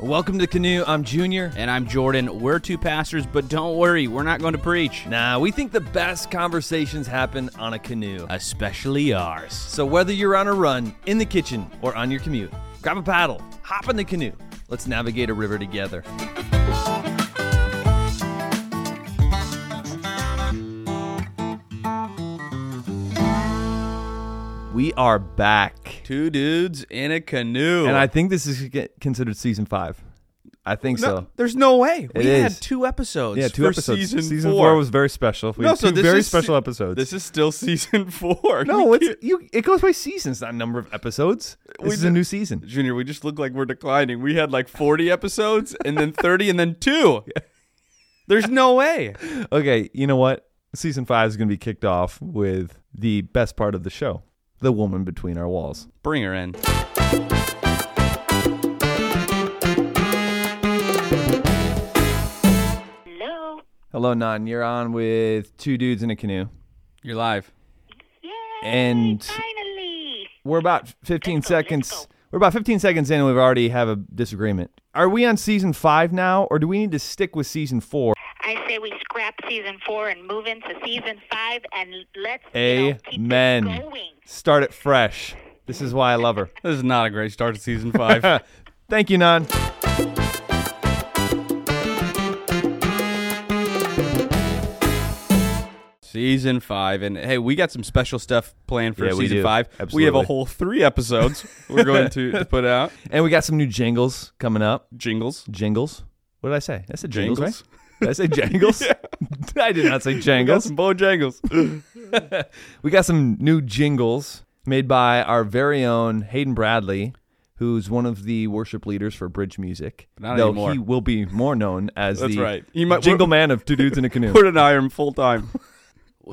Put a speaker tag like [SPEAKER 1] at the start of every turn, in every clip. [SPEAKER 1] Welcome to Canoe. I'm Junior.
[SPEAKER 2] And I'm Jordan. We're two pastors, but don't worry, we're not going to preach,
[SPEAKER 1] Nah, we think the best conversations happen on a canoe.
[SPEAKER 2] especially ours.
[SPEAKER 1] So whether you're on a run, in the kitchen, or on your commute, grab a paddle, hop in the canoe. Let's navigate a river together. We are back.
[SPEAKER 2] Two dudes in a canoe.
[SPEAKER 1] And I think this is get- considered season five. I think
[SPEAKER 2] no,
[SPEAKER 1] so.
[SPEAKER 2] there's no way. We
[SPEAKER 1] It
[SPEAKER 2] had
[SPEAKER 1] is.
[SPEAKER 2] two episodes.
[SPEAKER 3] Yeah, two
[SPEAKER 2] for
[SPEAKER 3] episodes.
[SPEAKER 2] Season,
[SPEAKER 3] four. was very special. We
[SPEAKER 2] No,
[SPEAKER 3] had
[SPEAKER 2] so
[SPEAKER 3] two
[SPEAKER 2] this
[SPEAKER 3] very
[SPEAKER 2] is se-
[SPEAKER 3] special episodes.
[SPEAKER 2] This is still season four.
[SPEAKER 1] No,
[SPEAKER 2] We
[SPEAKER 1] it's
[SPEAKER 2] can't-
[SPEAKER 1] you. It goes by seasons, not number of episodes. This
[SPEAKER 3] We
[SPEAKER 1] is a
[SPEAKER 3] did-
[SPEAKER 1] new season.
[SPEAKER 2] Junior, we just look like we're declining. We had like 40 episodes, and then 30, and then two. There's no way.
[SPEAKER 3] okay, you know what? Season five is going to be kicked off with the best part of the show, the woman between our walls.
[SPEAKER 2] Bring her in.
[SPEAKER 4] Hello.
[SPEAKER 1] Hello, Nan. You're on with two dudes in a canoe,
[SPEAKER 2] You're live.
[SPEAKER 4] Yay!
[SPEAKER 1] And-
[SPEAKER 4] finally,
[SPEAKER 1] we're about 15
[SPEAKER 4] Let's go, let's
[SPEAKER 1] seconds.
[SPEAKER 4] go.
[SPEAKER 1] We're about 15 seconds in, and we've already have a disagreement. Are we on season five now, or do we need to stick with season four?
[SPEAKER 4] I say we scrap season four and move into season five, and let's you know, keep
[SPEAKER 1] Amen.
[SPEAKER 4] it going.
[SPEAKER 1] Start it fresh. This is why I love her.
[SPEAKER 2] This is not a great start to season five.
[SPEAKER 1] Thank you, Nan.
[SPEAKER 2] Season five, and hey, we got some special stuff planned for
[SPEAKER 3] Yeah, we
[SPEAKER 2] season
[SPEAKER 3] do.
[SPEAKER 2] five. We have a
[SPEAKER 3] Absolutely.
[SPEAKER 2] whole three episodes we're going to, to put out.
[SPEAKER 1] And we got some new jingles coming up.
[SPEAKER 2] Jingles,
[SPEAKER 1] Jingles. What did I say? I said jingles,
[SPEAKER 2] Jingles?
[SPEAKER 1] right? Did I say jangles? I did not say jangles.
[SPEAKER 2] bojangles.
[SPEAKER 1] We got some new jingles made by our very own Hayden Bradley, who's one of the worship leaders for Bridge Music.
[SPEAKER 2] Not
[SPEAKER 1] though
[SPEAKER 2] anymore.
[SPEAKER 1] he will be more known as
[SPEAKER 2] That's
[SPEAKER 1] the
[SPEAKER 2] right. He might-
[SPEAKER 1] jingle man of two dudes in a canoe.
[SPEAKER 2] Put an iron full time.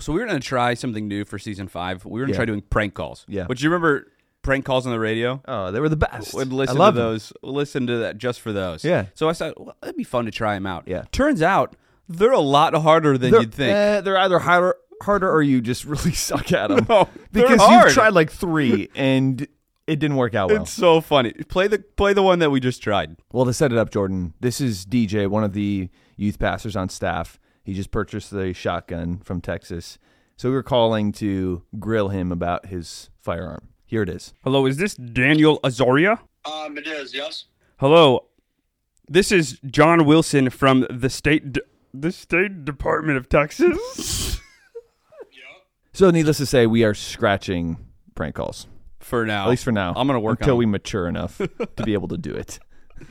[SPEAKER 2] So we were going to try something new for season five. We were going to
[SPEAKER 1] Yeah.
[SPEAKER 2] try doing prank calls.
[SPEAKER 1] Yeah.
[SPEAKER 2] But you remember prank calls on the radio?
[SPEAKER 1] oh, they were the best.
[SPEAKER 2] Would
[SPEAKER 1] I
[SPEAKER 2] listen to
[SPEAKER 1] love them.
[SPEAKER 2] those. Listen to that just for those.
[SPEAKER 1] Yeah.
[SPEAKER 2] So I thought well, it'd be fun to try them out.
[SPEAKER 1] Yeah.
[SPEAKER 2] Turns out they're a lot harder than
[SPEAKER 1] They're,
[SPEAKER 2] you'd think.
[SPEAKER 1] eh, they're either harder, harder or you just really suck at them.
[SPEAKER 2] No, they're
[SPEAKER 1] because
[SPEAKER 2] hard.
[SPEAKER 1] you've tried like three and it didn't work out well.
[SPEAKER 2] It's so funny. Play the play the one that we just tried.
[SPEAKER 1] Well, to set it up, Jordan, this is DJ, one of the youth pastors on staff. He just purchased the shotgun from Texas. So we were calling to grill him about his firearm. Here it is.
[SPEAKER 5] Hello, is this Daniel Azoria?
[SPEAKER 6] Um, it is, yes.
[SPEAKER 5] Hello, this is John Wilson from the state D- the State Department of Texas.
[SPEAKER 1] So, needless to say, we are scratching prank calls,
[SPEAKER 2] For now.
[SPEAKER 1] at least for now.
[SPEAKER 2] I'm going to work
[SPEAKER 1] until
[SPEAKER 2] on
[SPEAKER 1] we mature enough to be able to do it.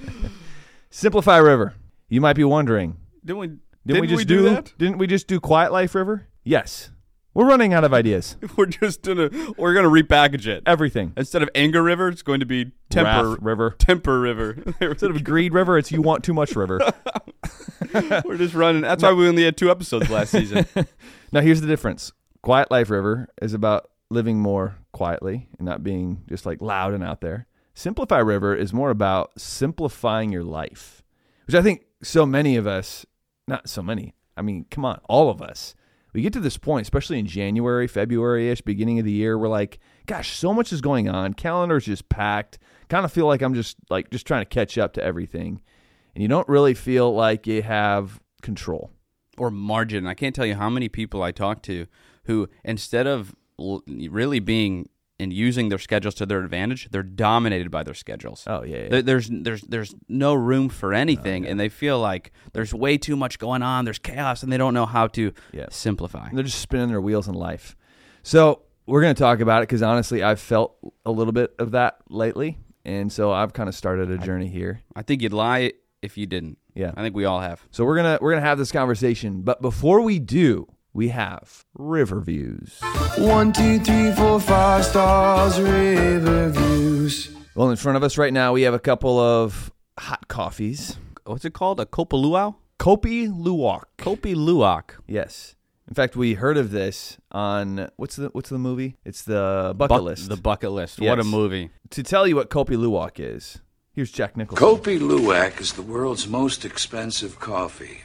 [SPEAKER 1] Simplify River. You might be wondering,
[SPEAKER 2] Didn't we, didn't
[SPEAKER 1] didn't, we just do, Didn't we just do Quiet Life River? Yes. We're running out of ideas.
[SPEAKER 2] that? We're just gonna we're gonna repackage it.
[SPEAKER 1] Everything.
[SPEAKER 2] Instead of anger river, it's going to be temper
[SPEAKER 1] Wrath River.
[SPEAKER 2] temper river.
[SPEAKER 1] Instead of Greed River, it's You Want Too Much River.
[SPEAKER 2] we're just running. That's why we only had two episodes last season.
[SPEAKER 1] Now here's the difference. Quiet Life River is about living more quietly and not being just like loud and out there. Simplify River is more about simplifying your life, which I think so many of us, not so many, I mean, come on, all of us, we get to this point, especially in January, February ish, beginning of the year, we're like, gosh, so much is going on. Calendar's just packed. Kind of feel like I'm just like just trying to catch up to everything. And you don't really feel like you have control.
[SPEAKER 2] or margin. I can't tell you how many people I talk to who instead of l- really being and using their schedules to their advantage, they're dominated by their schedules.
[SPEAKER 1] Oh, yeah, yeah. Oh,
[SPEAKER 2] There- There's there's there's no room for anything, and they feel like there's way too much going on. There's chaos, and they don't know how to
[SPEAKER 1] Yeah.
[SPEAKER 2] simplify.
[SPEAKER 1] And They're just spinning their wheels in life. So we're going to talk about it because honestly, I've felt a little bit of that lately, and so I've kind of started a journey here.
[SPEAKER 2] I think you'd lie if you didn't.
[SPEAKER 1] Yeah.
[SPEAKER 2] I think we all have.
[SPEAKER 1] So we're gonna we're gonna have this conversation, but before we do, we have river views.
[SPEAKER 7] One, two, three, four, five stars, river views.
[SPEAKER 1] Well, in front of us right now, we have a couple of hot coffees.
[SPEAKER 2] What's it called? A copa luau?
[SPEAKER 1] Kopi Luwak.
[SPEAKER 2] Kopi luwak.
[SPEAKER 1] Yes. In fact, we heard of this on what's the what's the movie? It's the Bucket
[SPEAKER 2] Buck-
[SPEAKER 1] List.
[SPEAKER 2] The bucket list. What a
[SPEAKER 1] Yes.
[SPEAKER 2] movie.
[SPEAKER 1] to tell you what Kopi Luwak is, here's Jack Nicholson.
[SPEAKER 7] Kopi Luwak is the world's most expensive coffee,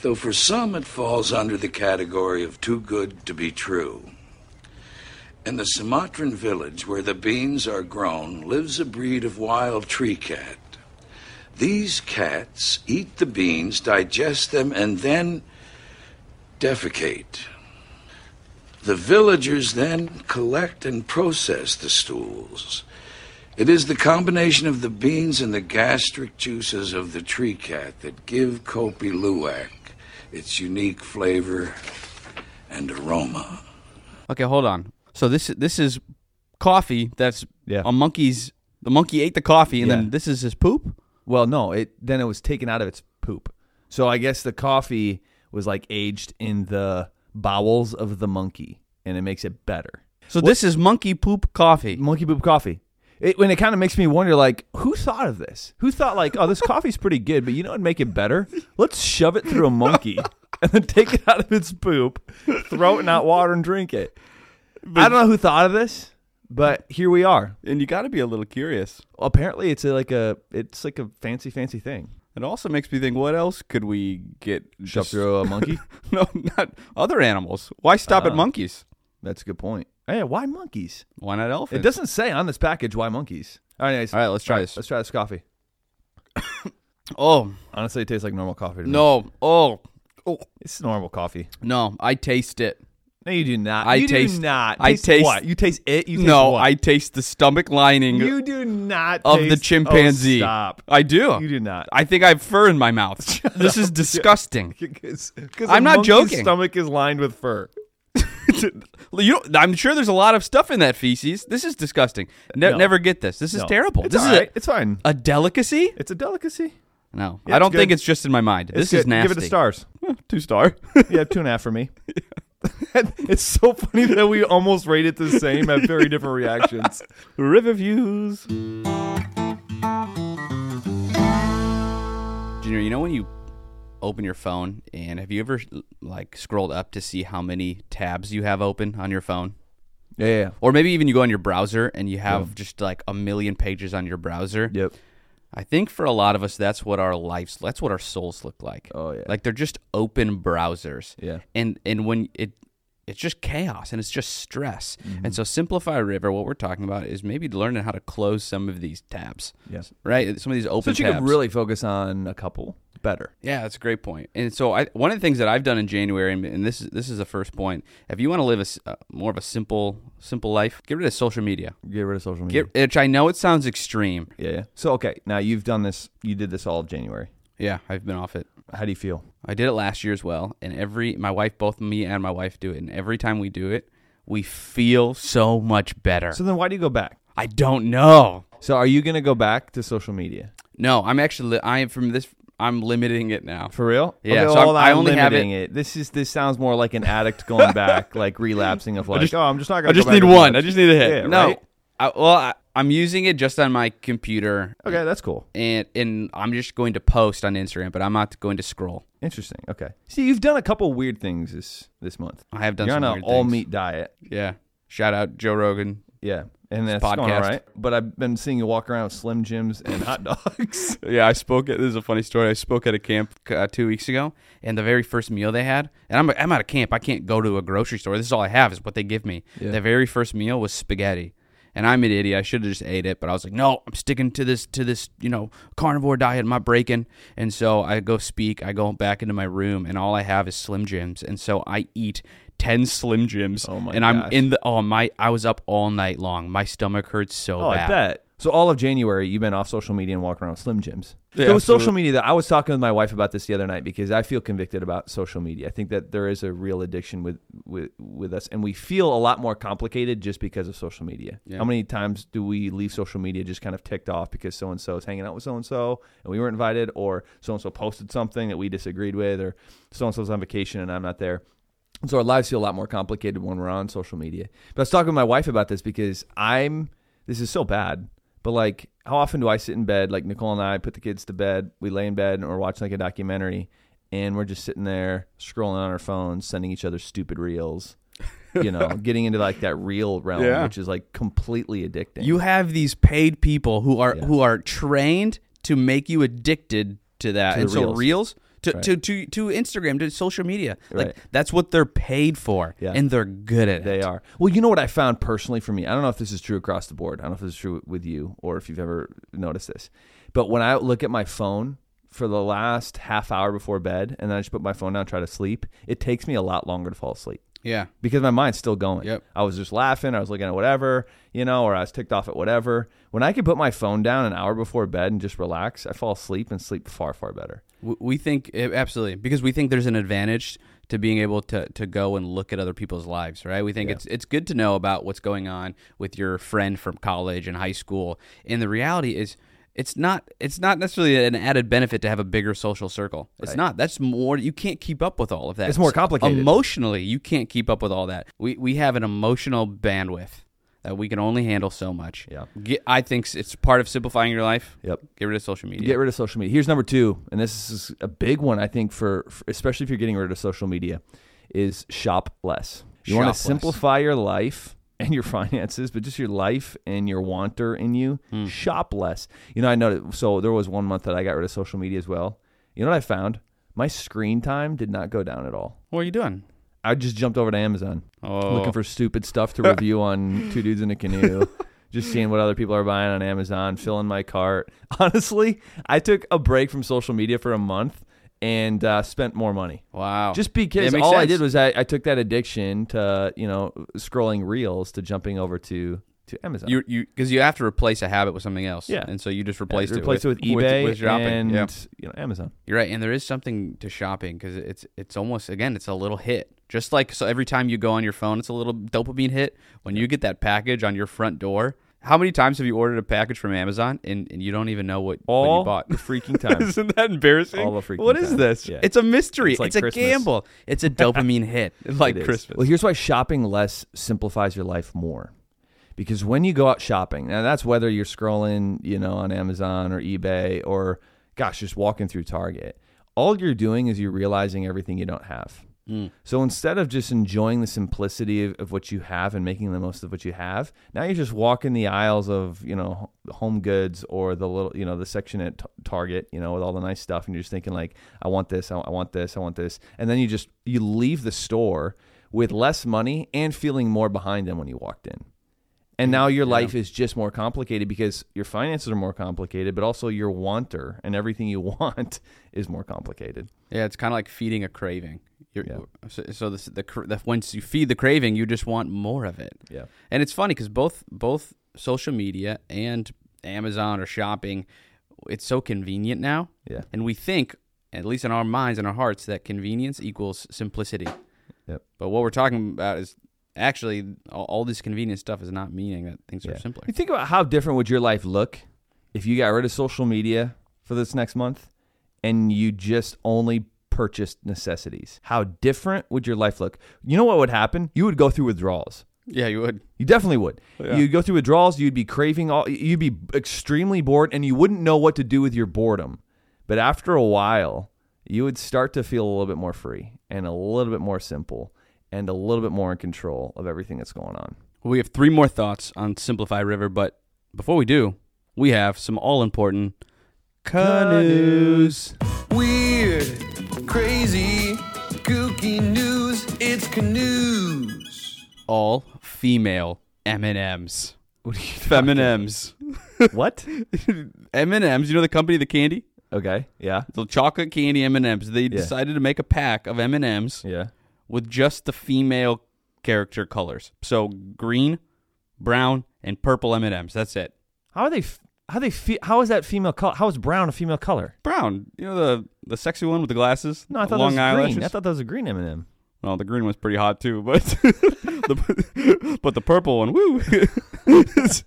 [SPEAKER 7] though for some it falls under the category of too good to be true. In the Sumatran village where the beans are grown lives a breed of wild tree cat. These cats eat the beans, digest them, and then defecate. The villagers then collect and process the stools. It is the combination of the beans and the gastric juices of the tree cat that give Kopi Luwak its unique flavor and aroma.
[SPEAKER 2] Okay, hold on. So this this is coffee that's
[SPEAKER 1] Yeah.
[SPEAKER 2] a monkey's the monkey ate the coffee and
[SPEAKER 1] Yeah.
[SPEAKER 2] then this is his poop?
[SPEAKER 1] Well, no, it then it was taken out of its poop. So I guess the coffee was like aged in the bowels of the monkey, and it makes it better.
[SPEAKER 2] So this is monkey poop coffee.
[SPEAKER 1] Monkey poop coffee. It, when it kind of makes me wonder, like, who thought of this? Who thought, like, oh, this coffee's pretty good, but you know what'd make it better? Let's shove it through a monkey and then take it out of its poop, throw it in hot water, and drink it. I don't know who thought of this, but here we are.
[SPEAKER 2] And you got to be a little curious.
[SPEAKER 1] Apparently, it's a, like a it's like a fancy, fancy thing.
[SPEAKER 2] It also makes me think what else could we get
[SPEAKER 1] Shove
[SPEAKER 2] just-
[SPEAKER 1] through a monkey.
[SPEAKER 2] no, not other animals. Why stop at monkeys?
[SPEAKER 1] That's a good point. Yeah, why monkeys?
[SPEAKER 2] Uh, Why not elephants?
[SPEAKER 1] It doesn't say on this package why monkeys. All right, anyways,
[SPEAKER 2] All right, let's try this.
[SPEAKER 1] let's try this coffee.
[SPEAKER 2] Oh,
[SPEAKER 1] Honestly, it tastes like normal coffee. To me.
[SPEAKER 2] no. Oh,
[SPEAKER 1] it's normal coffee.
[SPEAKER 2] no. I taste it.
[SPEAKER 1] No, you do not.
[SPEAKER 2] I
[SPEAKER 1] you
[SPEAKER 2] taste-
[SPEAKER 1] do not.
[SPEAKER 2] I taste-
[SPEAKER 1] what? You taste it. You taste
[SPEAKER 2] no,
[SPEAKER 1] what?
[SPEAKER 2] I taste the stomach lining
[SPEAKER 1] You do not
[SPEAKER 2] of the
[SPEAKER 1] taste-
[SPEAKER 2] chimpanzee.
[SPEAKER 1] Oh, stop.
[SPEAKER 2] I do.
[SPEAKER 1] You do not.
[SPEAKER 2] I think I have fur in my mouth. this is disgusting.
[SPEAKER 1] Because because a
[SPEAKER 2] I'm not
[SPEAKER 1] monkey's
[SPEAKER 2] joking.
[SPEAKER 1] Stomach is lined with fur.
[SPEAKER 2] You don't- I'm sure there's a lot of stuff in that feces. This is disgusting. Ne-
[SPEAKER 1] No.
[SPEAKER 2] Never get this. This is
[SPEAKER 1] No.
[SPEAKER 2] terrible.
[SPEAKER 1] It's
[SPEAKER 2] this
[SPEAKER 1] all
[SPEAKER 2] is a- Uh.
[SPEAKER 1] right. it's fine.
[SPEAKER 2] a, delicacy.
[SPEAKER 1] It's a delicacy.
[SPEAKER 2] No,
[SPEAKER 1] Yeah,
[SPEAKER 2] I
[SPEAKER 1] it's
[SPEAKER 2] don't think
[SPEAKER 1] good.
[SPEAKER 2] it's just in my mind.
[SPEAKER 1] It's
[SPEAKER 2] this is
[SPEAKER 1] good.
[SPEAKER 2] nasty.
[SPEAKER 1] Give it a stars.
[SPEAKER 2] Two star.
[SPEAKER 1] Yeah, two and a half for me. it's so funny that we almost rate it the same, have very different reactions.
[SPEAKER 5] River views.
[SPEAKER 2] Junior, you know when you open your phone and have you ever like scrolled up to see how many tabs you have open on your phone?
[SPEAKER 1] Yeah, yeah.
[SPEAKER 2] Or maybe even you go on your browser and you have just like a million pages on your browser.
[SPEAKER 1] Yep.
[SPEAKER 2] I think for a lot of us, that's what our lives, that's what our souls look like.
[SPEAKER 1] Oh, yeah.
[SPEAKER 2] like they're just open browsers.
[SPEAKER 1] Yeah.
[SPEAKER 2] and and when it it's just chaos and it's just stress.
[SPEAKER 1] Mm-hmm.
[SPEAKER 2] And so simplify river. What we're talking about is maybe learning how to close some of these tabs.
[SPEAKER 1] Yes.
[SPEAKER 2] right. Some of these
[SPEAKER 1] So
[SPEAKER 2] open.
[SPEAKER 1] she
[SPEAKER 2] tabs.
[SPEAKER 1] could really focus on a couple better.
[SPEAKER 2] Yeah, that's a great point. And so I, one of the things that I've done in January, and, and this is this is the first point. If you want to live a s- uh, more of a simple simple life, get rid of social media.
[SPEAKER 1] Get rid of social media.
[SPEAKER 2] Get, which I know it sounds extreme.
[SPEAKER 1] yeah, yeah. So okay, now you've done this. You did this all of January.
[SPEAKER 2] Yeah, I've been off it.
[SPEAKER 1] How do you feel?
[SPEAKER 2] I did it last year as well, and every my wife, both me and my wife, do it. And every time we do it, we feel so much better.
[SPEAKER 1] So then, why do you go back?
[SPEAKER 2] I don't know.
[SPEAKER 1] So are you gonna go back to social media
[SPEAKER 2] No, I'm actually I am from this. I'm limiting it now.
[SPEAKER 1] for real?
[SPEAKER 2] Yeah,
[SPEAKER 1] Okay,
[SPEAKER 2] so
[SPEAKER 1] well,
[SPEAKER 2] I'm- I
[SPEAKER 1] I'm
[SPEAKER 2] only have it-
[SPEAKER 1] limiting This is this sounds more like an addict going back, like relapsing of like,
[SPEAKER 2] just-
[SPEAKER 1] oh, I'm just not gonna.
[SPEAKER 2] I just
[SPEAKER 1] go back
[SPEAKER 2] need
[SPEAKER 1] and do
[SPEAKER 2] one.
[SPEAKER 1] that."
[SPEAKER 2] I just need a hit.
[SPEAKER 1] Yeah,
[SPEAKER 2] no,
[SPEAKER 1] right?
[SPEAKER 2] I, well, I, I'm using it just on my computer,
[SPEAKER 1] Okay, that's cool.
[SPEAKER 2] and and I'm just going to post on Instagram, but I'm not going to scroll.
[SPEAKER 1] Interesting. Okay. See, you've done a couple weird things this this month.
[SPEAKER 2] I have done
[SPEAKER 1] You're
[SPEAKER 2] some
[SPEAKER 1] on an
[SPEAKER 2] weird
[SPEAKER 1] all
[SPEAKER 2] things.
[SPEAKER 1] meat diet.
[SPEAKER 2] Yeah. Shout out Joe Rogan.
[SPEAKER 1] Yeah, and that's
[SPEAKER 2] podcast.
[SPEAKER 1] going all right. But I've been seeing you walk around with Slim Jims and hot dogs.
[SPEAKER 2] Yeah, I spoke. At, this is a funny story. I spoke at a camp uh, two weeks ago, and the very first meal they had, and I'm I'm out of camp. I can't go to a grocery store. This is all I have is what they give me. The very first meal was spaghetti, and I'm an idiot. I should have just ate it, but I was like, no, I'm sticking to this to this you know carnivore diet. I'm not breaking. And so I go speak. I go back into my room, and all I have is Slim Jims, and so I eat. 10 Slim Jims. Oh
[SPEAKER 1] my
[SPEAKER 2] and I'm
[SPEAKER 1] gosh.
[SPEAKER 2] in the oh my I was up all night long. My stomach hurts so
[SPEAKER 1] Oh,
[SPEAKER 2] bad.
[SPEAKER 1] I bet. So all of January, you've been off social media and walking around with Slim Jims.
[SPEAKER 2] Yeah,
[SPEAKER 1] so with
[SPEAKER 2] absolutely.
[SPEAKER 1] social media, that I was talking with my wife about this the other night because I feel convicted about social media. I think that there is a real addiction with with, with us, and we feel a lot more complicated just because of social media. How many times do we leave social media just kind of ticked off because so and so is hanging out with so and so and we were invited, or so and so posted something that we disagreed with, or so and so's on vacation and I'm not there. So our lives feel a lot more complicated when we're on social media. But I was talking to my wife about this because I'm this is so bad. But like how often do I sit in bed, like Nicole and I put the kids to bed, we lay in bed and we're watching like a documentary and we're just sitting there scrolling on our phones, sending each other stupid reels. You know, getting into like that reel realm,
[SPEAKER 5] Yeah.
[SPEAKER 1] which is like completely addicting.
[SPEAKER 2] You have these paid people who are who are trained to make you addicted to that.
[SPEAKER 1] To
[SPEAKER 2] and
[SPEAKER 1] the
[SPEAKER 2] so
[SPEAKER 1] reels.
[SPEAKER 2] reels, to to, to to Instagram, to social media.
[SPEAKER 1] Right.
[SPEAKER 2] Like that's what they're paid for,
[SPEAKER 1] Yeah.
[SPEAKER 2] and they're good at
[SPEAKER 1] They
[SPEAKER 2] it.
[SPEAKER 1] are. Well, you know what I found personally for me? I don't know if this is true across the board. I don't know if this is true with you or if you've ever noticed this. But when I look at my phone for the last half hour before bed and then I just put my phone down and try to sleep, it takes me a lot longer to fall asleep
[SPEAKER 2] Yeah,
[SPEAKER 1] because my mind's still going.
[SPEAKER 2] Yep.
[SPEAKER 1] I was just laughing. I was looking at whatever, you know, or I was ticked off at whatever. When I can put my phone down an hour before bed and just relax, I fall asleep and sleep far, far better.
[SPEAKER 2] W- we think eh, absolutely because we think there's an advantage to being able to to go and look at other people's lives, right? We think it's it's good to know about what's going on with your friend from college and high school, and the reality is. It's not. It's not necessarily an added benefit to have a bigger social circle. It's not. That's more. You can't keep up with all of that.
[SPEAKER 1] It's more complicated.
[SPEAKER 2] Emotionally, you can't keep up with all that. We we have an emotional bandwidth that we can only handle so much.
[SPEAKER 1] Yeah.
[SPEAKER 2] Get, I think s- it's part of simplifying your life.
[SPEAKER 1] Yep.
[SPEAKER 2] Get rid of social media.
[SPEAKER 1] Get rid of social media. Here's number two, and this is a big one, I think, for, for- especially if you're getting rid of social media, is shop less. You want
[SPEAKER 2] Shop
[SPEAKER 1] to
[SPEAKER 2] less.
[SPEAKER 1] simplify your life and your finances, but just your life and your wanter in you.
[SPEAKER 2] Hmm.
[SPEAKER 1] Shop less. You know, I noticed. So there was one month that I got rid of social media as well. You know what I found? My screen time did not go down at all.
[SPEAKER 2] what are you doing?
[SPEAKER 1] I just jumped over to Amazon
[SPEAKER 2] Oh.
[SPEAKER 1] looking for stupid stuff to review on Two Dudes in a Canoe. Just seeing what other people are buying on Amazon, filling my cart. Honestly, I took a break from social media for a month and uh, spent more money.
[SPEAKER 2] Wow.
[SPEAKER 1] Just
[SPEAKER 2] That
[SPEAKER 1] because
[SPEAKER 2] makes
[SPEAKER 1] all I
[SPEAKER 2] sense.
[SPEAKER 1] did was I, I took that addiction to you know scrolling reels to jumping over to to Amazon.
[SPEAKER 2] you you because you have to replace a habit with something else.
[SPEAKER 1] Yeah.
[SPEAKER 2] and so you just replaced it.
[SPEAKER 1] replace it with, eBay
[SPEAKER 2] with shopping.
[SPEAKER 1] and
[SPEAKER 2] yeah.
[SPEAKER 1] you know Amazon.
[SPEAKER 2] You're right, and there is something to shopping because it's it's almost again it's a little hit. Just like so, every time you go on your phone, it's a little dopamine hit when you get that package on your front door. How many times have you ordered a package from Amazon and, and you don't even know what, what
[SPEAKER 1] All
[SPEAKER 2] you bought?
[SPEAKER 1] the freaking time.
[SPEAKER 2] Isn't that embarrassing?
[SPEAKER 1] All the freaking
[SPEAKER 2] What is
[SPEAKER 1] time.
[SPEAKER 2] this?
[SPEAKER 1] Yeah.
[SPEAKER 2] It's a mystery.
[SPEAKER 1] It's
[SPEAKER 2] It's,
[SPEAKER 1] like
[SPEAKER 2] a
[SPEAKER 1] Christmas.
[SPEAKER 2] gamble. It's a dopamine hit, like
[SPEAKER 1] It is.
[SPEAKER 2] Christmas.
[SPEAKER 1] Well, here's why shopping less simplifies your life more. Because when you go out shopping, now that's whether you're scrolling, you know, on Amazon or eBay or gosh, just walking through Target. All you're doing is you're realizing everything you don't have.
[SPEAKER 2] Hmm.
[SPEAKER 1] So instead of just enjoying the simplicity of, of what you have and making the most of what you have, now you're just walking the aisles of, you know, H- home goods or the little, you know, the section at T- Target, you know, with all the nice stuff. And you're just thinking like, I want this, I, I want this, I want this. And then you just, you leave the store with less money and feeling more behind than when you walked in. And now your life is just more complicated because your finances are more complicated, but also your wanter and everything you want is more complicated.
[SPEAKER 2] Yeah, it's kind of like feeding a craving. You're, So, so this, the, cr- the once you feed the craving, you just want more of it.
[SPEAKER 1] Yeah.
[SPEAKER 2] And it's funny because both both social media and Amazon or shopping, it's so convenient now.
[SPEAKER 1] Yeah.
[SPEAKER 2] And we think, at least in our minds and our hearts, that convenience equals simplicity.
[SPEAKER 1] Yep.
[SPEAKER 2] But what we're talking about is actually all, all this convenient stuff is not meaning that things are
[SPEAKER 1] Yeah.
[SPEAKER 2] simpler.
[SPEAKER 1] You think about how different would your life look if you got rid of social media for this next month and you just only purchased necessities. How different would your life look? You know what would happen? You would go through withdrawals.
[SPEAKER 2] Yeah, you would.
[SPEAKER 1] You definitely would. You'd go through withdrawals, you'd be craving all you'd be extremely bored and you wouldn't know what to do with your boredom. But after a while, you would start to feel a little bit more free and a little bit more simple and a little bit more in control of everything that's going on.
[SPEAKER 2] We have three more thoughts on Simplify River, but before we do, we have some all important canoes.
[SPEAKER 6] Weird, crazy, kooky news. It's canoes.
[SPEAKER 2] All female M and M's. Fem and M's.
[SPEAKER 1] what?
[SPEAKER 2] M and M's. You know the company, the candy,
[SPEAKER 1] Okay. Yeah.
[SPEAKER 2] the chocolate candy M and M's. They decided to make a pack of M and M's
[SPEAKER 1] Yeah.
[SPEAKER 2] with just the female character colors. So green, brown, and purple M and M's. That's it.
[SPEAKER 1] How are they? f- How they? Fe- how is that female color? How is brown a female color?
[SPEAKER 2] Brown. You know the the sexy one with the glasses.
[SPEAKER 1] No, I
[SPEAKER 2] the
[SPEAKER 1] thought
[SPEAKER 2] long
[SPEAKER 1] that was
[SPEAKER 2] eyelashes.
[SPEAKER 1] green. I thought that was a green M&M.
[SPEAKER 2] Well, the green one's pretty hot too, but the but the purple one, woo! I think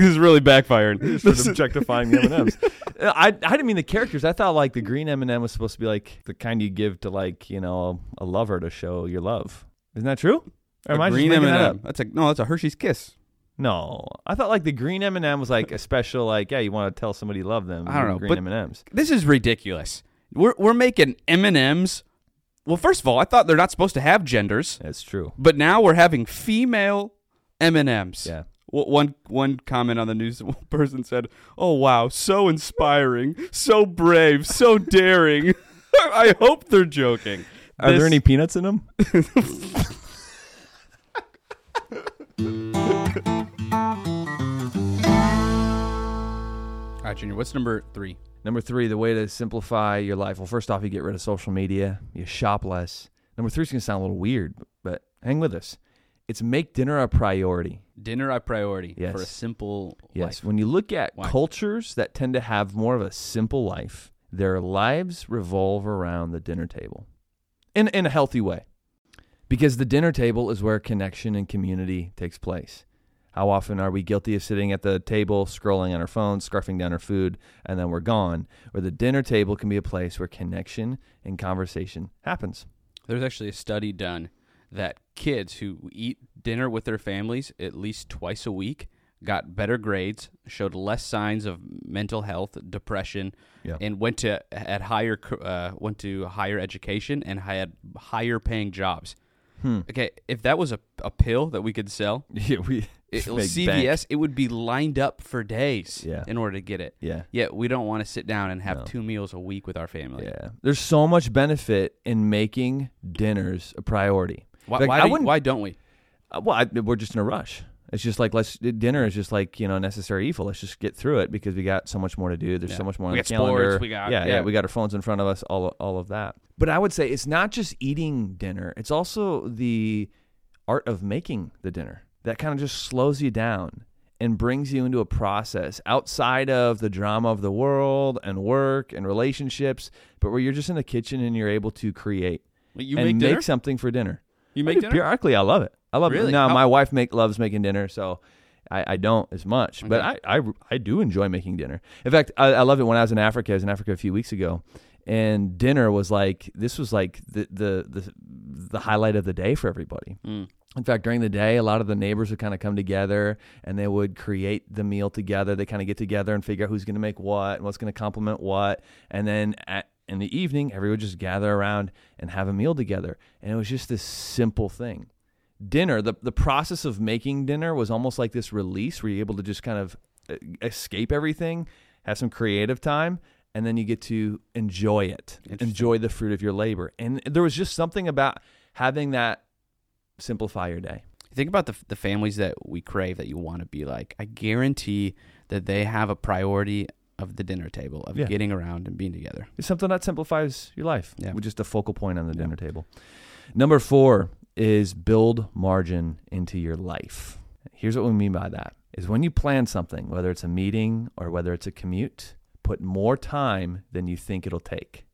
[SPEAKER 2] this is really backfiring.
[SPEAKER 1] objectifying the M&Ms. Uh, I I didn't mean the characters. I thought like the green M&M was supposed to be like the kind you give to like you know a lover to show your love. Isn't that true? Or am I
[SPEAKER 2] A
[SPEAKER 1] just
[SPEAKER 2] green
[SPEAKER 1] making
[SPEAKER 2] M&M.
[SPEAKER 1] that up?
[SPEAKER 2] That's a no. That's a Hershey's Kiss.
[SPEAKER 1] No, I thought like the green M&M was like a special like yeah you want to tell somebody you love them.
[SPEAKER 2] I don't know,
[SPEAKER 1] Green
[SPEAKER 2] but-
[SPEAKER 1] M&Ms.
[SPEAKER 2] This is ridiculous. We're we're making M and M's. Well, first of all, I thought they're not supposed to have genders,
[SPEAKER 1] That's true.
[SPEAKER 2] but now we're having female M and M's.
[SPEAKER 1] Yeah.
[SPEAKER 2] One one comment on the news one person said, "Oh wow, so inspiring, so brave, so daring."
[SPEAKER 5] I hope they're joking.
[SPEAKER 3] Are
[SPEAKER 5] This-
[SPEAKER 3] there any peanuts in them?
[SPEAKER 2] All right, Junior. What's number three?
[SPEAKER 1] Number three, the way to simplify your life. Well, first off, you get rid of social media, you shop less. Number three is going to sound a little weird, but hang with us. It's make dinner a priority.
[SPEAKER 2] Dinner a priority
[SPEAKER 1] Yes.
[SPEAKER 2] for a simple
[SPEAKER 1] Yes.
[SPEAKER 2] life.
[SPEAKER 1] When you look at
[SPEAKER 2] Why?
[SPEAKER 1] cultures that tend to have more of a simple life, their lives revolve around the dinner table in, in a healthy way. Because the dinner table is where connection and community takes place. How often are we guilty of sitting at the table, scrolling on our phones, scarfing down our food, and then we're gone? Where the dinner table can be a place where connection and conversation happens.
[SPEAKER 2] There's actually a study done that kids who eat dinner with their families at least twice a week got better grades, showed less signs of mental health, depression,
[SPEAKER 1] Yeah.
[SPEAKER 2] and went to at higher c- uh, went to higher education and had higher paying jobs.
[SPEAKER 1] Hmm.
[SPEAKER 2] Okay, if that was a, a pill that we could sell,
[SPEAKER 1] Yeah, we
[SPEAKER 2] it,
[SPEAKER 1] make
[SPEAKER 2] CVS,
[SPEAKER 1] bank.
[SPEAKER 2] it would be lined up for days
[SPEAKER 1] Yeah.
[SPEAKER 2] in order to get it.
[SPEAKER 1] Yeah.
[SPEAKER 2] Yet we don't want to sit down and have two meals a week with our family.
[SPEAKER 1] Yeah. There's so much benefit in making dinners a priority.
[SPEAKER 2] Why,
[SPEAKER 1] Like,
[SPEAKER 2] why,
[SPEAKER 1] I
[SPEAKER 2] do you-
[SPEAKER 1] wouldn't-
[SPEAKER 2] why don't we?
[SPEAKER 1] Uh, Well, I, we're just in a rush. It's just like let's dinner is just like you know necessary evil. Let's just get through it because we got so much more to do. There's so much more.
[SPEAKER 2] We
[SPEAKER 1] on
[SPEAKER 2] got
[SPEAKER 1] the
[SPEAKER 2] sports,
[SPEAKER 1] calendar.
[SPEAKER 2] we got-
[SPEAKER 1] yeah, yeah,
[SPEAKER 2] yeah.
[SPEAKER 1] We got our phones in front of us. All all of that. But I would say it's not just eating dinner. It's also the art of making the dinner that kind of just slows you down and brings you into a process outside of the drama of the world and work and relationships, but where you're just in the kitchen and you're able to create
[SPEAKER 2] Wait, you
[SPEAKER 1] and
[SPEAKER 2] make dinner?
[SPEAKER 1] something for dinner. I
[SPEAKER 2] You make
[SPEAKER 1] do
[SPEAKER 2] dinner?
[SPEAKER 1] periodically. I love it. I love
[SPEAKER 2] Really?
[SPEAKER 1] it. Now
[SPEAKER 2] How-
[SPEAKER 1] my wife make loves making dinner, so I, I don't as much. But
[SPEAKER 2] Okay.
[SPEAKER 1] I, I I do enjoy making dinner. In fact, I, I love it. When I was in Africa, I was in Africa a few weeks ago, and dinner was like this was like the the the, the highlight of the day for everybody.
[SPEAKER 2] Mm.
[SPEAKER 1] In fact, during the day, a lot of the neighbors would kind of come together and they would create the meal together. They kind of get together and figure out who's going to make what and what's going to complement what. And then at, in the evening, everyone would just gather around and have a meal together. And it was just this simple thing. Dinner, the, the process of making dinner was almost like this release where you're able to just kind of uh, escape everything, have some creative time, and then you get to enjoy it, enjoy the fruit of your labor. And there was just something about having that simplify your day.
[SPEAKER 2] Think about the, the families that we crave that you want to be like. I guarantee that they have a priority of the dinner table, of
[SPEAKER 1] Yeah.
[SPEAKER 2] getting around and being together.
[SPEAKER 1] It's something that simplifies your life,
[SPEAKER 2] Yeah.
[SPEAKER 1] which is the focal point on the dinner table. Number four is build margin into your life. Here's what we mean by that is when you plan something, whether it's a meeting or whether it's a commute, put more time than you think it'll take.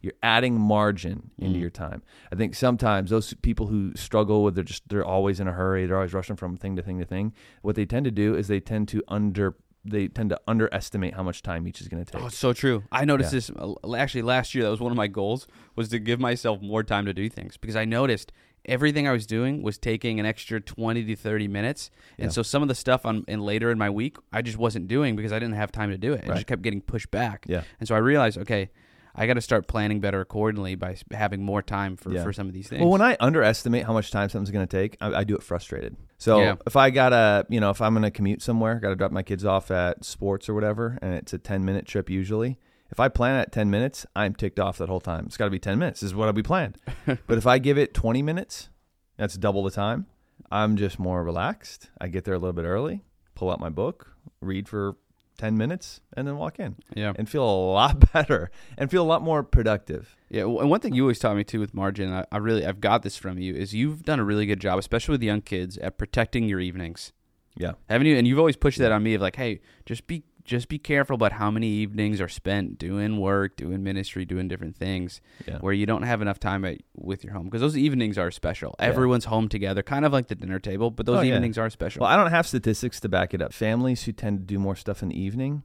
[SPEAKER 1] You're adding margin
[SPEAKER 2] Mm.
[SPEAKER 1] into your time. I think sometimes those people who struggle with they're just they're always in a hurry, they're always rushing from thing to thing to thing. What they tend to do is they tend to under they tend to underestimate how much time each is going to take.
[SPEAKER 2] Oh, it's so true. I noticed
[SPEAKER 1] Yeah.
[SPEAKER 2] this uh, l- actually last year. That was one of my goals was to give myself more time to do things because I noticed everything I was doing was taking an extra 20 to 30 minutes. And so some of the stuff on and later in my week, I just wasn't doing because I didn't have time to do it. It just kept getting pushed back.
[SPEAKER 1] Yeah.
[SPEAKER 2] And so I realized, okay, I got to start planning better accordingly by s- having more time for,
[SPEAKER 1] Yeah.
[SPEAKER 2] for some of these things.
[SPEAKER 1] Well, when I underestimate how much time something's going to take, I, I do it frustrated. So
[SPEAKER 2] Yeah.
[SPEAKER 1] if I gotta, you know, if I'm going to commute somewhere, got to drop my kids off at sports or whatever, and it's a 10 minute trip usually. If I plan at 10 minutes, I'm ticked off that whole time. It's got to be 10 minutes. This is what we planned. but if I give it 20 minutes, that's double the time. I'm just more relaxed. I get there a little bit early, pull out my book, read for 10 minutes, and then walk in.
[SPEAKER 2] Yeah.
[SPEAKER 1] And feel a lot better and feel a lot more productive.
[SPEAKER 2] Yeah, well, and one thing you always taught me too with margin, I, I really I've got this from you is you've done a really good job, especially with young kids, at protecting your evenings,
[SPEAKER 1] Yeah.
[SPEAKER 2] haven't you? And you've always pushed that on me of like, hey, just be just be careful about how many evenings are spent doing work, doing ministry, doing different things,
[SPEAKER 1] Yeah.
[SPEAKER 2] where you don't have enough time at, with your home because those evenings are special. Everyone's home together, kind of like the dinner table, but those
[SPEAKER 1] Oh, yeah.
[SPEAKER 2] evenings are special.
[SPEAKER 1] Well, I don't have statistics to back it up. Families who tend to do more stuff in the evening,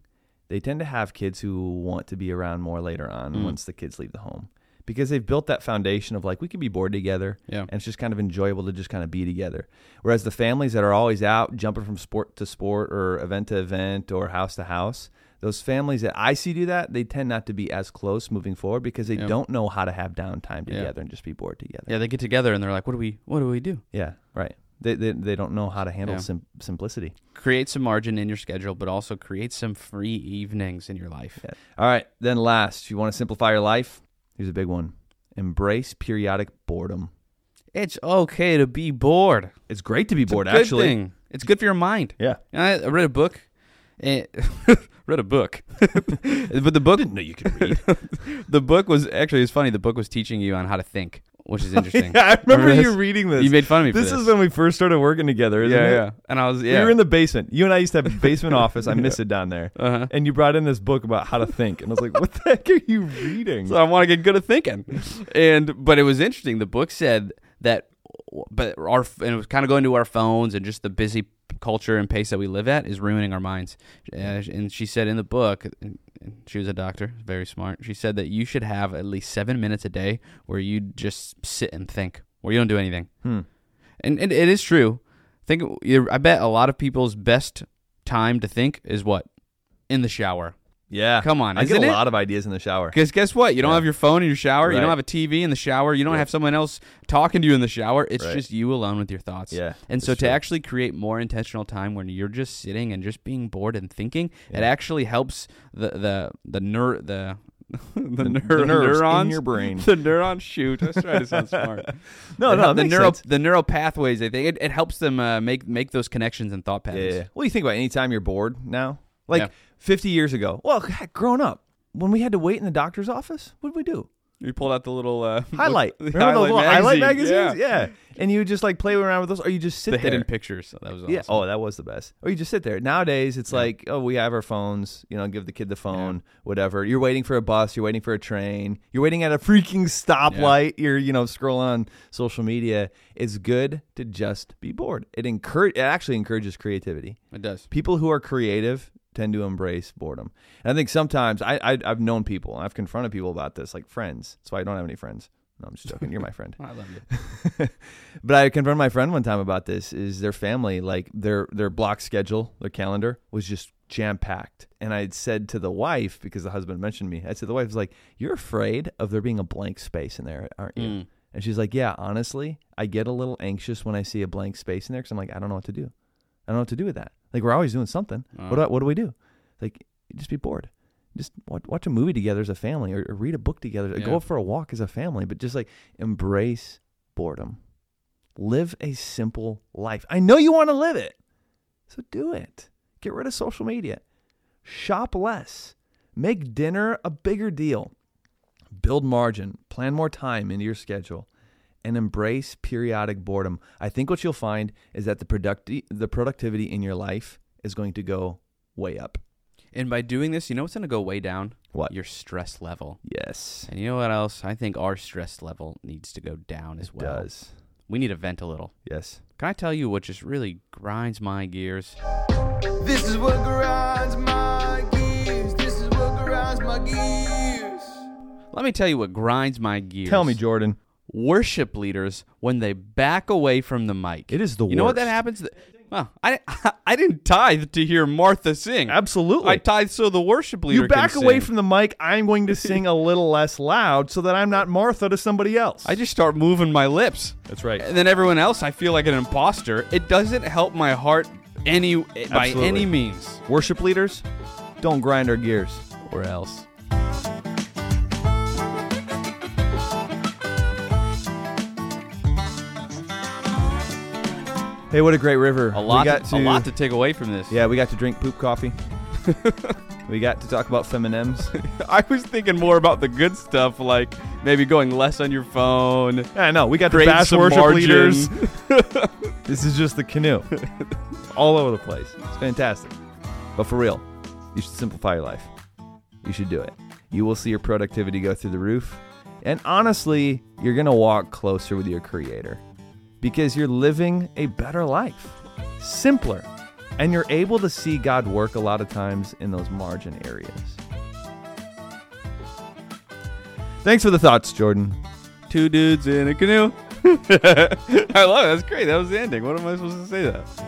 [SPEAKER 1] they tend to have kids who want to be around more later on
[SPEAKER 2] Mm.
[SPEAKER 1] once the kids leave the home because they've built that foundation of like we can be bored together
[SPEAKER 2] Yeah.
[SPEAKER 1] and it's just kind of enjoyable to just kind of be together. Whereas the families that are always out jumping from sport to sport or event to event or house to house, those families that I see do that, they tend not to be as close moving forward because they don't know how to have downtime
[SPEAKER 2] Yeah.
[SPEAKER 1] together and just be bored together.
[SPEAKER 2] yeah, they get together and they're like, what do we what do we do?
[SPEAKER 1] Yeah, right. They, they, they don't know how to handle
[SPEAKER 2] Yeah.
[SPEAKER 1] sim- simplicity.
[SPEAKER 2] Create some margin in your schedule, but also create some free evenings in your life.
[SPEAKER 1] All right. Then last, you want to simplify your life? Here's a big one. Embrace periodic boredom.
[SPEAKER 2] It's okay to be bored.
[SPEAKER 1] It's great to be bored,
[SPEAKER 2] It's a good
[SPEAKER 1] actually.
[SPEAKER 2] thing. It's good for your mind.
[SPEAKER 1] Yeah.
[SPEAKER 2] And I I read a book. And read a book,
[SPEAKER 1] Uh,
[SPEAKER 2] but the book didn't know you could read. the book was actually it's funny. The book was teaching you on how to think, which is interesting.
[SPEAKER 1] Yeah, I remember, you
[SPEAKER 2] this?
[SPEAKER 1] reading this.
[SPEAKER 2] You made fun of me for
[SPEAKER 1] This
[SPEAKER 2] this.
[SPEAKER 1] is when we first started working together, isn't
[SPEAKER 2] yeah,
[SPEAKER 1] it?
[SPEAKER 2] yeah. And I was yeah.
[SPEAKER 1] We were in the basement. You and I used to have a basement office. I miss it down there.
[SPEAKER 2] Uh-huh.
[SPEAKER 1] And you brought in this book about how to think, and I was like, "What the heck are you reading?"
[SPEAKER 2] so I want to get good at thinking. And but it was interesting. The book said that, but our and it was kind of going to our phones and just the busy culture and pace that we live at is ruining our minds. Uh, And she said in the book, and she was a doctor, very smart. She said that you should have at least seven minutes a day where you just sit and think, where you don't do anything. And, and it is true. Think I bet a lot of people's best time to think is what in the shower.
[SPEAKER 1] yeah,
[SPEAKER 2] Come on,
[SPEAKER 1] I get
[SPEAKER 2] isn't
[SPEAKER 1] a
[SPEAKER 2] it?
[SPEAKER 1] lot of ideas in the shower.
[SPEAKER 2] Because guess what? You don't have your phone in your shower. You
[SPEAKER 1] Right.
[SPEAKER 2] don't have a TV in the shower. You don't have someone else talking to you in the shower. It's just you alone with your thoughts.
[SPEAKER 1] Yeah,
[SPEAKER 2] And so
[SPEAKER 1] that's
[SPEAKER 2] to
[SPEAKER 1] true.
[SPEAKER 2] actually create more intentional time when you're just sitting and just being bored and thinking, it actually helps the the the ner the the, neur-
[SPEAKER 1] the nerves in
[SPEAKER 2] neurons
[SPEAKER 1] your brain. Oh,
[SPEAKER 2] The neurons shoot. I was trying to sound smart.
[SPEAKER 1] No,
[SPEAKER 2] It
[SPEAKER 1] no,
[SPEAKER 2] hel-
[SPEAKER 1] it
[SPEAKER 2] the
[SPEAKER 1] makes
[SPEAKER 2] neural
[SPEAKER 1] sense.
[SPEAKER 2] the neural pathways. I think it, it helps them uh, make make those connections and thought patterns.
[SPEAKER 1] Yeah. What do you think about anytime you're bored now? Like
[SPEAKER 2] Yeah.
[SPEAKER 1] 50 years ago. Well, heck, growing up, when we had to wait in the doctor's office, what did we do?
[SPEAKER 2] You pulled out the little uh,
[SPEAKER 1] Highlight.
[SPEAKER 2] the
[SPEAKER 1] Remember the little highlight magazines?
[SPEAKER 2] Yeah.
[SPEAKER 1] Yeah. And you would just like play around with those, or you just sit
[SPEAKER 2] The
[SPEAKER 1] there.
[SPEAKER 2] hidden pictures. That was awesome.
[SPEAKER 1] Yeah. Oh, that was the best. Or you just sit there. Nowadays, it's like, oh, we have our phones. You know, give the kid the phone, whatever. You're waiting for a bus. You're waiting for a train. You're waiting at a freaking stoplight. You're, you know, scrolling on social media. It's good to just be bored. It encourage. It actually encourages creativity.
[SPEAKER 2] It does.
[SPEAKER 1] People who are creative tend to embrace boredom. And I think sometimes I, I I've known people. I've confronted people about this, like friends. That's why I don't have any friends. No, I'm just joking. You're my friend.
[SPEAKER 2] I love it.
[SPEAKER 1] but I confronted my friend one time about this. Is their family like their their block schedule, their calendar was just jam packed. And I had said to the wife because the husband mentioned me. I said to the wife was like, "You're afraid of there being a blank space in there, aren't you?" And she's like, "Yeah, honestly, I get a little anxious when I see a blank space in there because I'm like, I don't know what to do. I don't know what to do with that. Like we're always doing something. What do I, what do we do? Like just be bored." Just watch, watch a movie together as a family, or, or read a book together, or
[SPEAKER 2] Yeah.
[SPEAKER 1] go for a walk as a family. But just like embrace boredom. Live a simple life. I know you want to live it. So do it. Get rid of social media. Shop less. Make dinner a bigger deal. Build margin. Plan more time into your schedule and embrace periodic boredom. I think what you'll find is that the producti- the productivity in your life is going to go way up.
[SPEAKER 2] And by doing this, you know what's going to go way down?
[SPEAKER 1] What?
[SPEAKER 2] Your stress level.
[SPEAKER 1] Yes.
[SPEAKER 2] And you know what else? I think our stress level needs to go down as
[SPEAKER 1] It
[SPEAKER 2] well.
[SPEAKER 1] does.
[SPEAKER 2] We need to vent a little.
[SPEAKER 1] Yes.
[SPEAKER 2] Can I tell you what just really grinds my gears?
[SPEAKER 6] This is what grinds my gears. This is what grinds my gears.
[SPEAKER 2] Let me tell you what grinds my gears.
[SPEAKER 1] Tell me, Jordan.
[SPEAKER 2] Worship leaders when they back away from the mic.
[SPEAKER 1] It is the
[SPEAKER 2] You know what that
[SPEAKER 1] worst.
[SPEAKER 2] happens? Th- Well, I, I didn't tithe to hear Martha sing.
[SPEAKER 1] Absolutely.
[SPEAKER 2] I tithe so the worship leader
[SPEAKER 1] You back
[SPEAKER 2] can
[SPEAKER 1] away
[SPEAKER 2] sing.
[SPEAKER 1] from the mic. I'm going to sing a little less loud so that I'm not Martha to somebody else.
[SPEAKER 2] I just start moving my lips.
[SPEAKER 1] That's right.
[SPEAKER 2] And then everyone else, I feel like an imposter. It doesn't help my heart any by
[SPEAKER 1] Absolutely.
[SPEAKER 2] any means.
[SPEAKER 1] Worship leaders, don't grind our gears.
[SPEAKER 2] Or else.
[SPEAKER 1] Hey, what a great river.
[SPEAKER 2] A lot,
[SPEAKER 1] We got
[SPEAKER 2] to, a lot to take away from this.
[SPEAKER 1] Yeah, we got to drink poop coffee. we got to talk about feminems.
[SPEAKER 2] I was thinking more about the good stuff, like maybe going less on your phone.
[SPEAKER 1] I know. We got to
[SPEAKER 2] Create
[SPEAKER 1] bash
[SPEAKER 2] some
[SPEAKER 1] worship
[SPEAKER 2] margin.
[SPEAKER 1] leaders. this is just the canoe. All over the place. It's fantastic. But for real, you should simplify your life. You should do it. You will see your productivity go through the roof. And honestly, you're going to walk closer with your creator because you're living a better life, simpler. And you're able to see God work a lot of times in those margin areas. Thanks for the thoughts, Jordan.
[SPEAKER 2] Two dudes in a canoe. I love it. That's great. That was the ending. What am I supposed to say that?